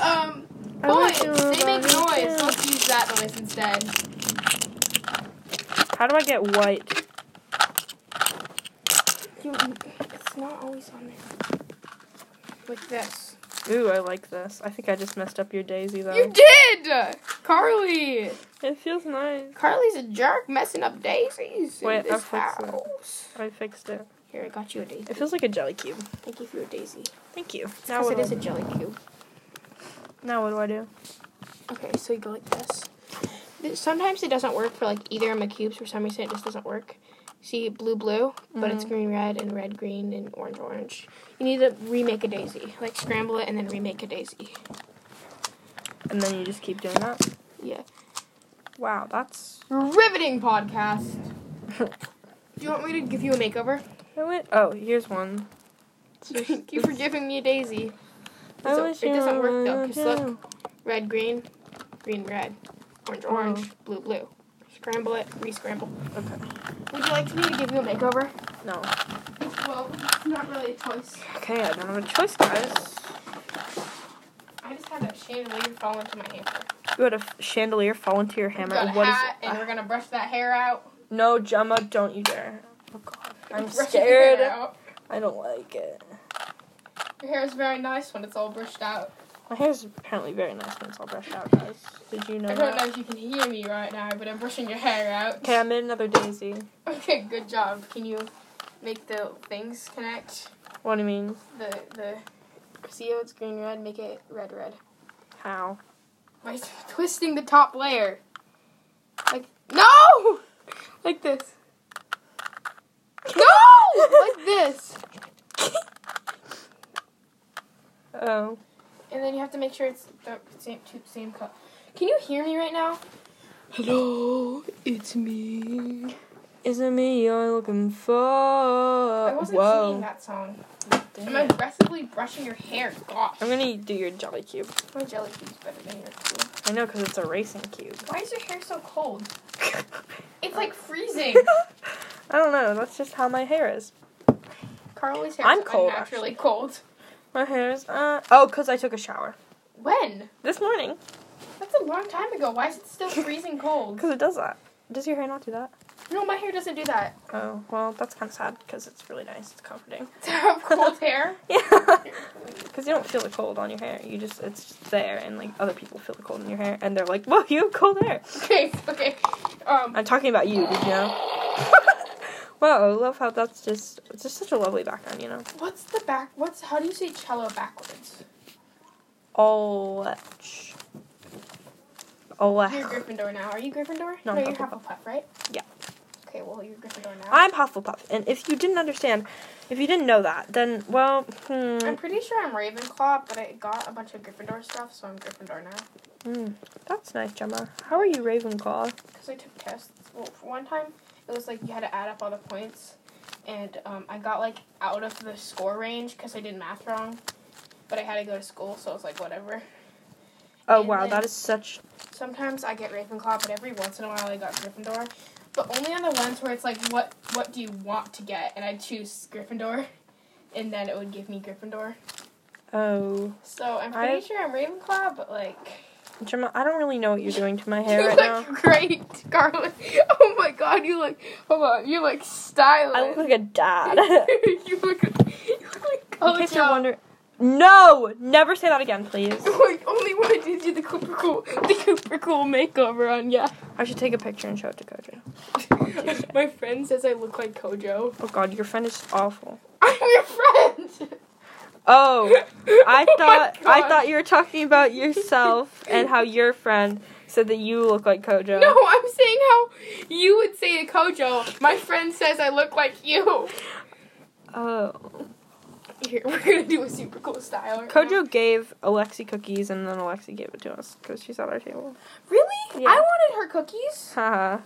S2: Um,
S1: I
S2: boys,
S1: would do
S2: they make
S1: about it.
S2: noise. Let's use that noise instead.
S1: How do I get white?
S2: You, it's not always on there. Like this.
S1: Ooh, I like this. I think I just messed up your daisy though.
S2: You did, Carly.
S1: it feels nice.
S2: Carly's a jerk, messing up daisies in
S1: Wait, I'll
S2: this
S1: fix it.
S2: house.
S1: I fixed it.
S2: Here, I got you a daisy.
S1: It feels like a jelly cube.
S2: Thank you for your daisy.
S1: Thank you. Now
S2: Because
S1: what,
S2: it
S1: do I
S2: is a jelly cube.
S1: do? now what do I do?
S2: Okay, so you go like this. Th- Sometimes it doesn't work for like either of my cubes. For some reason, it just doesn't work. See, blue, blue, but it's green, red, and red, green, and orange, orange. You need to remake a daisy. Like scramble it and then remake a daisy.
S1: And then you just keep doing that.
S2: Yeah.
S1: Wow, that's.
S2: Riveting podcast. Do you want me to give you a makeover?
S1: I went. Oh, here's one.
S2: Thank you for giving me a daisy.
S1: I
S2: So,
S1: wish
S2: it
S1: you
S2: doesn't work though,
S1: were
S2: because look,
S1: down.
S2: red, green, green, red, orange, orange, blue, blue. Scramble it, re-scramble.
S1: Okay.
S2: Would you like me to give you a makeover?
S1: No.
S2: Well, it's not really a choice.
S1: Okay, I don't have a choice, guys.
S2: I just had that chandelier fall into my hammer.
S1: You had a f- chandelier fall into your hammer.
S2: Got a
S1: What is
S2: hat, and we're gonna brush that hair out.
S1: No, Gemma, don't you dare. Oh God, I'm
S2: [laughs] Brush your Hair
S1: scared.
S2: out.
S1: I don't like it.
S2: Your hair is very nice when it's all brushed out.
S1: My hair's apparently very nice when it's all brushed out, guys. Did you know
S2: I don't know
S1: that?
S2: if you can hear me right now, but I'm brushing your hair out.
S1: Okay, I made another daisy.
S2: Okay, good job. Can you make the things connect?
S1: What do you mean?
S2: The the see how it's green red. Make it red red.
S1: How?
S2: by twisting the top layer. Like, no! [laughs] Like this. No! like this.
S1: Oh.
S2: And then you have to make sure it's the same, two- same color. Can you hear me right now?
S1: Hello, it's me. Is it me you're looking for?
S2: I wasn't singing
S1: Whoa.
S2: that song. I'm aggressively brushing your hair. Gosh.
S1: I'm gonna do your jelly cube.
S2: My jelly cube's better than yours. too.
S1: I know, because it's a racing
S2: [laughs]
S1: cube.
S2: Why is your hair so cold? It's like [laughs] freezing.
S1: I don't know, that's just how my hair is.
S2: Carly's hair
S1: I'm
S2: is
S1: cold,
S2: unnaturally cold.
S1: My hair is, uh. Oh, because I took a shower.
S2: When?
S1: This morning.
S2: That's a long time ago. Why is it [laughs] still freezing cold?
S1: Because it does that. Does your hair not do that?
S2: No, my hair doesn't do that.
S1: Oh, well, that's kind of sad because it's really nice. It's comforting.
S2: [laughs] To have [laughs] cold hair.
S1: Yeah. [laughs] Because you don't feel the cold on your hair. You just, it's just there, and like other people feel the cold in your hair, and they're like, whoa, you have cold hair.
S2: Okay, okay. Um,
S1: I'm talking about you, did you know? [laughs] wow, I love how that's just, it's just such a lovely background, you know?
S2: what's the back? What's how do you say cello
S1: [sighs]
S2: backwards?
S1: Olech.
S2: You're
S1: Olech.
S2: Gryffindor now. Are you Gryffindor?
S1: No, I'm
S2: you're
S1: Hufflepuff.
S2: Hufflepuff, right?
S1: Yeah.
S2: Okay, well you're Gryffindor now.
S1: I'm Hufflepuff, and if you didn't understand, if you didn't know that, then, well, hmm.
S2: I'm pretty sure I'm Ravenclaw, but I got a bunch of Gryffindor stuff, so I'm Gryffindor now.
S1: Mm, that's nice, Gemma. How are you, Ravenclaw?
S2: Because I took tests. Well, for one time, it was like you had to add up all the points, and um, I got like out of the score range because I did math wrong. But I had to go to school, so it's like whatever.
S1: Oh,
S2: And
S1: wow,
S2: then-
S1: that is such
S2: Sometimes I get Ravenclaw, but every once in a while I got Gryffindor. But only on the ones where it's like, what what do you want to get? And I choose Gryffindor, and then it would give me Gryffindor.
S1: Oh,
S2: So I'm pretty
S1: I-
S2: sure I'm Ravenclaw, but like, [laughs]
S1: Gemma, I don't really know what you're doing to my
S2: you
S1: hair right
S2: [laughs] look
S1: now.
S2: great, Scarlet. [laughs] Oh my God, you look. Hold on, you look stylish.
S1: I look like a [laughs] dad.
S2: [laughs] you look. You look like
S1: In
S2: college.
S1: case you're
S2: job.
S1: wondering, no, never say that again, please.
S2: Like, only when I did you the Cooper Cool, the Cooper Cool makeover
S1: [laughs]
S2: on, yeah.
S1: [laughs] I should take a picture and show it to Kojo.
S2: My friend says I look like
S1: [laughs]
S2: Kojo.
S1: Oh God, your friend is awful.
S2: I'm your friend.
S1: [laughs] Oh, I
S2: [laughs] Oh my
S1: thought I
S2: God.
S1: thought you were talking about [laughs] yourself and how your friend said that you look like Kojo.
S2: No, I'm saying how you would say to Kojo, my friend says I look like you.
S1: Oh,
S2: Here, we're gonna do a super cool style. right now.
S1: Kojo gave Alexi cookies and then Alexi gave it to us because she's at our table. [laughs]
S2: Really?
S1: Yeah.
S2: I wanted her cookies.
S1: Haha.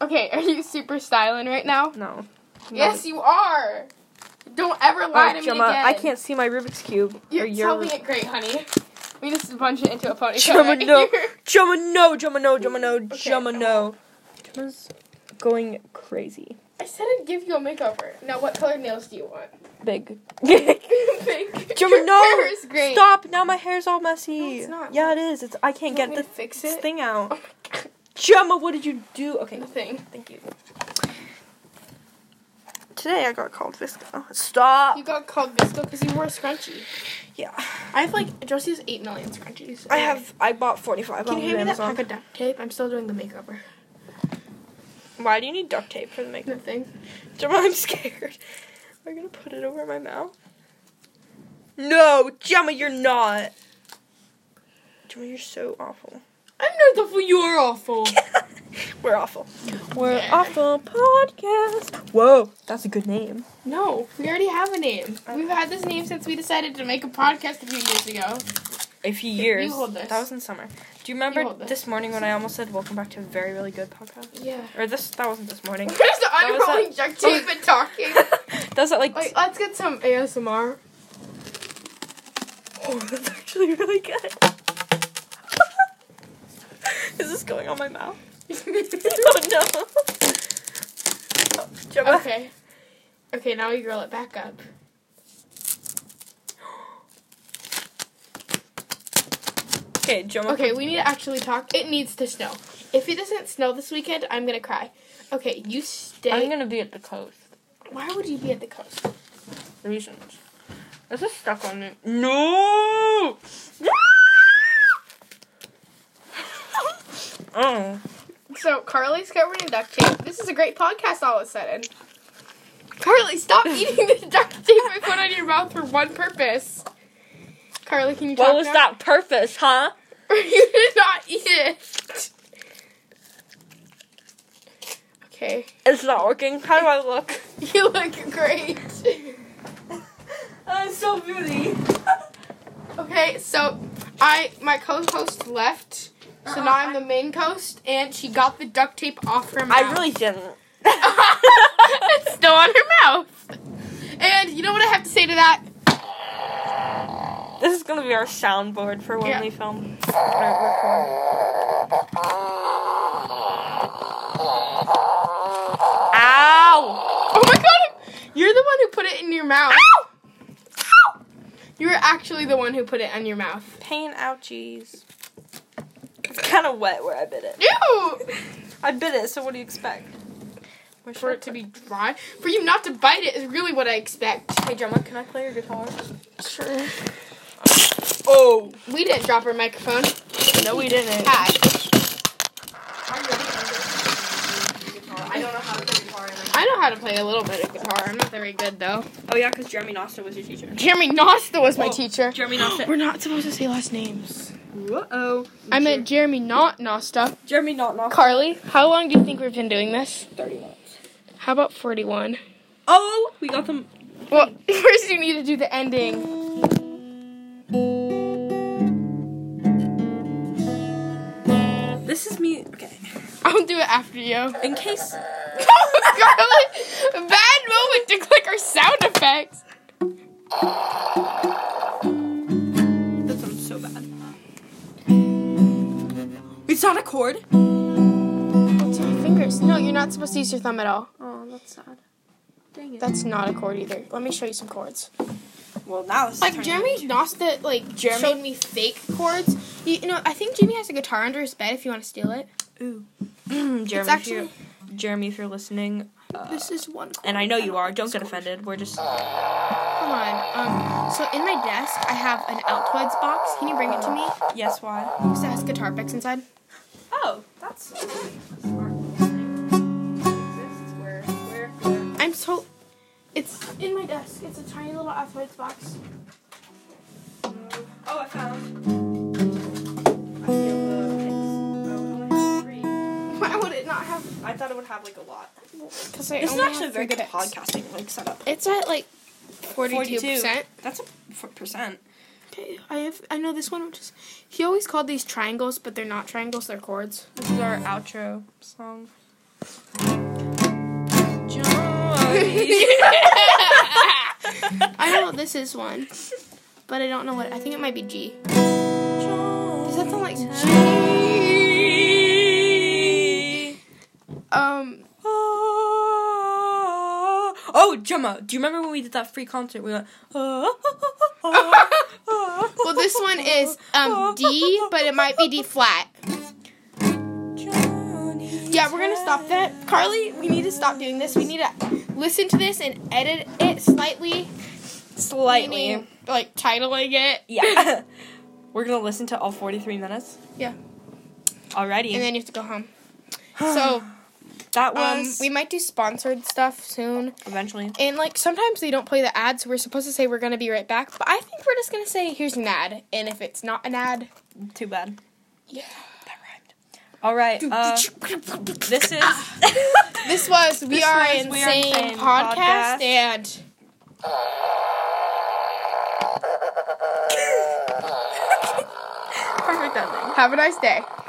S2: Okay, are you super styling right now?
S1: no.
S2: Yes, you are. Don't ever
S1: No.
S2: lie
S1: Oh,
S2: to
S1: Gemma,
S2: me again.
S1: I can't see my Rubik's cube.
S2: You're
S1: or your
S2: telling it great, honey. We just bunch it into a ponytail. [laughs]
S1: Gemma,
S2: right
S1: no.
S2: here.
S1: Gemma, no, Gemma, no, Gemma, no,
S2: Okay.
S1: Gemma, no. Gemma's going crazy.
S2: I said I'd give you a makeover. Now, what color nails do you want? [laughs]
S1: [laughs] Big.
S2: Pink.
S1: Gemma, no!
S2: Your hair is great.
S1: Stop! Now my hair's all messy.
S2: No, it's not.
S1: Yeah, it is. It's. I can't
S2: You
S1: get
S2: want me
S1: the
S2: to fix
S1: this
S2: it?
S1: thing
S2: Oh
S1: out.
S2: my God.
S1: Gemma, what did you do? Okay,
S2: Nothing.
S1: thank you. Today I got called Visco. Stop.
S2: You got called Visco because you wore a scrunchie.
S1: Yeah,
S2: I have like Josie has eight million scrunchies.
S1: I have. I bought forty-five
S2: Can
S1: on
S2: you hand me that
S1: Amazon.
S2: pack of duct tape? I'm still doing the makeover.
S1: Why do you need duct tape for the makeup?
S2: Nothing.
S1: Gemma, I'm scared. We're gonna put it over my mouth. No, Gemma, you're not. Gemma, you're so awful. [laughs]
S2: I'm not awful. You are awful.
S1: We're awful. We're
S2: Yeah.
S1: awful podcast. Whoa, that's a good name.
S2: no, we already have a name. We've had this name since we decided to make a podcast a few years ago.
S1: A few years.
S2: you hold this.
S1: That was in summer. Do you
S2: You
S1: remember
S2: hold this.
S1: this morning when I almost said welcome back to a very really good podcast?
S2: Yeah.
S1: Or this that wasn't this morning. [laughs]
S2: [laughs] We're just
S1: was that?
S2: unrolling duct tape
S1: [laughs]
S2: and talking.
S1: that was at like
S2: Wait, let's get some ASMR.
S1: oh [laughs] that's actually really good. [laughs] Is this going on my mouth? [laughs] oh no. Gemma.
S2: [laughs] Okay. Okay, now we roll it back up.
S1: Okay, Gemma.
S2: Okay, we need to actually talk. It needs to snow. If it doesn't snow this weekend, I'm gonna cry. Okay, you stay.
S1: I'm gonna be at the coast.
S2: Why would you be at the coast?
S1: Reasons. This is stuck on me. No. [laughs] oh.
S2: So Carly's covering in duct tape. This is a great podcast all of a sudden. Carly, [laughs] stop eating the duct tape I put on your mouth for one purpose. Carly, can you talk
S1: What was
S2: now?
S1: that purpose, huh?
S2: [laughs] you did not eat it. Okay.
S1: It's not working. How do I [laughs] look?
S2: [laughs] You look great.
S1: I'm so beauty.
S2: Okay, so I my co-host left, so now I'm the main host, and she got the duct tape off her mouth.
S1: [laughs] I really [laughs] didn't.
S2: [laughs] it's still on her mouth. And you know what I have to say to that?
S1: This is gonna be our soundboard for when
S2: Yeah.
S1: we film. Ow!
S2: Oh my god, you're the one who put it in your mouth.
S1: Ow!
S2: You were actually the one who put it on your mouth.
S1: Pain ouchies. It's kind of wet where I bit it. [laughs]
S2: Ew!
S1: I bit it, so what do you expect? Where should
S2: For
S1: I
S2: it to
S1: put-
S2: be dry, for you not to bite it is really what I expect.
S1: Hey, Gemma, can I play your guitar?
S2: Sure.
S1: Oh.
S2: We didn't drop our microphone.
S1: No, we didn't.
S2: Hi.
S1: I don't know how to play guitar.
S2: I know how to play a little bit of guitar. I'm not very good though.
S1: Oh, yeah, because Jeremy Nosta was your teacher.
S2: Jeremy Nosta was my
S1: Oh.
S2: teacher.
S1: Jeremy
S2: We're
S1: Nosta.
S2: not supposed to say last names.
S1: Uh-oh.
S2: I meant Jeremy not Nosta.
S1: Jeremy Not Nosta.
S2: Carly, how long do you think we've been doing this?
S1: 30 minutes.
S2: How about 41?
S1: Oh, we got them.
S2: Well, [laughs] first you need to do the ending.
S1: This is me. Okay.
S2: I'll do it after you. [laughs]
S1: In case...
S2: Carly, bad moment to click our sound effects.
S1: That sounds so bad. It's not a chord.
S2: It's your fingers. No, you're not supposed to use your thumb at all.
S1: Oh, that's sad. Dang it.
S2: That's not a chord either. Let me show you some chords.
S1: well, now this is
S2: Like
S1: turning-
S2: Jeremy Nosta, like Jeremy showed me fake chords. You, you know, I think Jimmy has a guitar under his bed. If you want to steal it,
S1: Ooh. [clears throat] Jeremy, if
S2: it's
S1: you're,
S2: actually
S1: Jeremy, if you're listening,
S2: this is one. Chord.
S1: and I know you are, don't get offended. We're just.
S2: Hold on. Um, so in my desk, I have an Altoids box. Can you bring it to me?
S1: Yes, why?
S2: Because it has guitar picks inside.
S1: Oh, that's.
S2: I'm so. It's in my desk. It's a tiny little Altoids box.
S1: Oh, I found. Oh,
S2: Why would it not have?
S1: I thought it would have like a lot.
S2: Because I
S1: This is
S2: only
S1: actually a
S2: have
S1: very
S2: three
S1: good
S2: picks.
S1: podcasting like setup.
S2: It's at like forty-two
S1: 42.
S2: percent.
S1: That's a f- percent.
S2: Okay, I have. I know this one. Just he always called these triangles, but they're not triangles. They're chords.
S1: [laughs] This is our outro song.
S2: [laughs] I know this is one, but I don't know what. I think it might be G. Does that sound like G? Um.
S1: Oh, Gemma, do you remember when we did that free concert? We went. "Oh,
S2: Well,
S1: well,
S2: this one is
S1: oh,
S2: um D, but it might be D flat. Yeah, we're gonna stop that. Carly, we need to stop doing this. We need to listen to this and edit it slightly.
S1: slightly.
S2: meaning, Like titling it.
S1: Yeah. [laughs] We're gonna listen to all 43 minutes.
S2: Yeah.
S1: Alrighty.
S2: [laughs] And then you have to go home.
S1: [sighs]
S2: So
S1: that
S2: um,
S1: was
S2: we might do sponsored stuff soon.
S1: eventually.
S2: And like sometimes they don't play the ad, so we're supposed to say we're gonna be right back. But I think we're just gonna say here's an ad, and if it's not an ad,
S1: Too bad.
S2: yeah.
S1: That rhymed. All right. Uh, this is.
S2: This was we
S1: This
S2: are
S1: was
S2: insane,
S1: We Are Insane
S2: podcast,
S1: podcast.
S2: and
S1: perfect ending.
S2: have a nice day.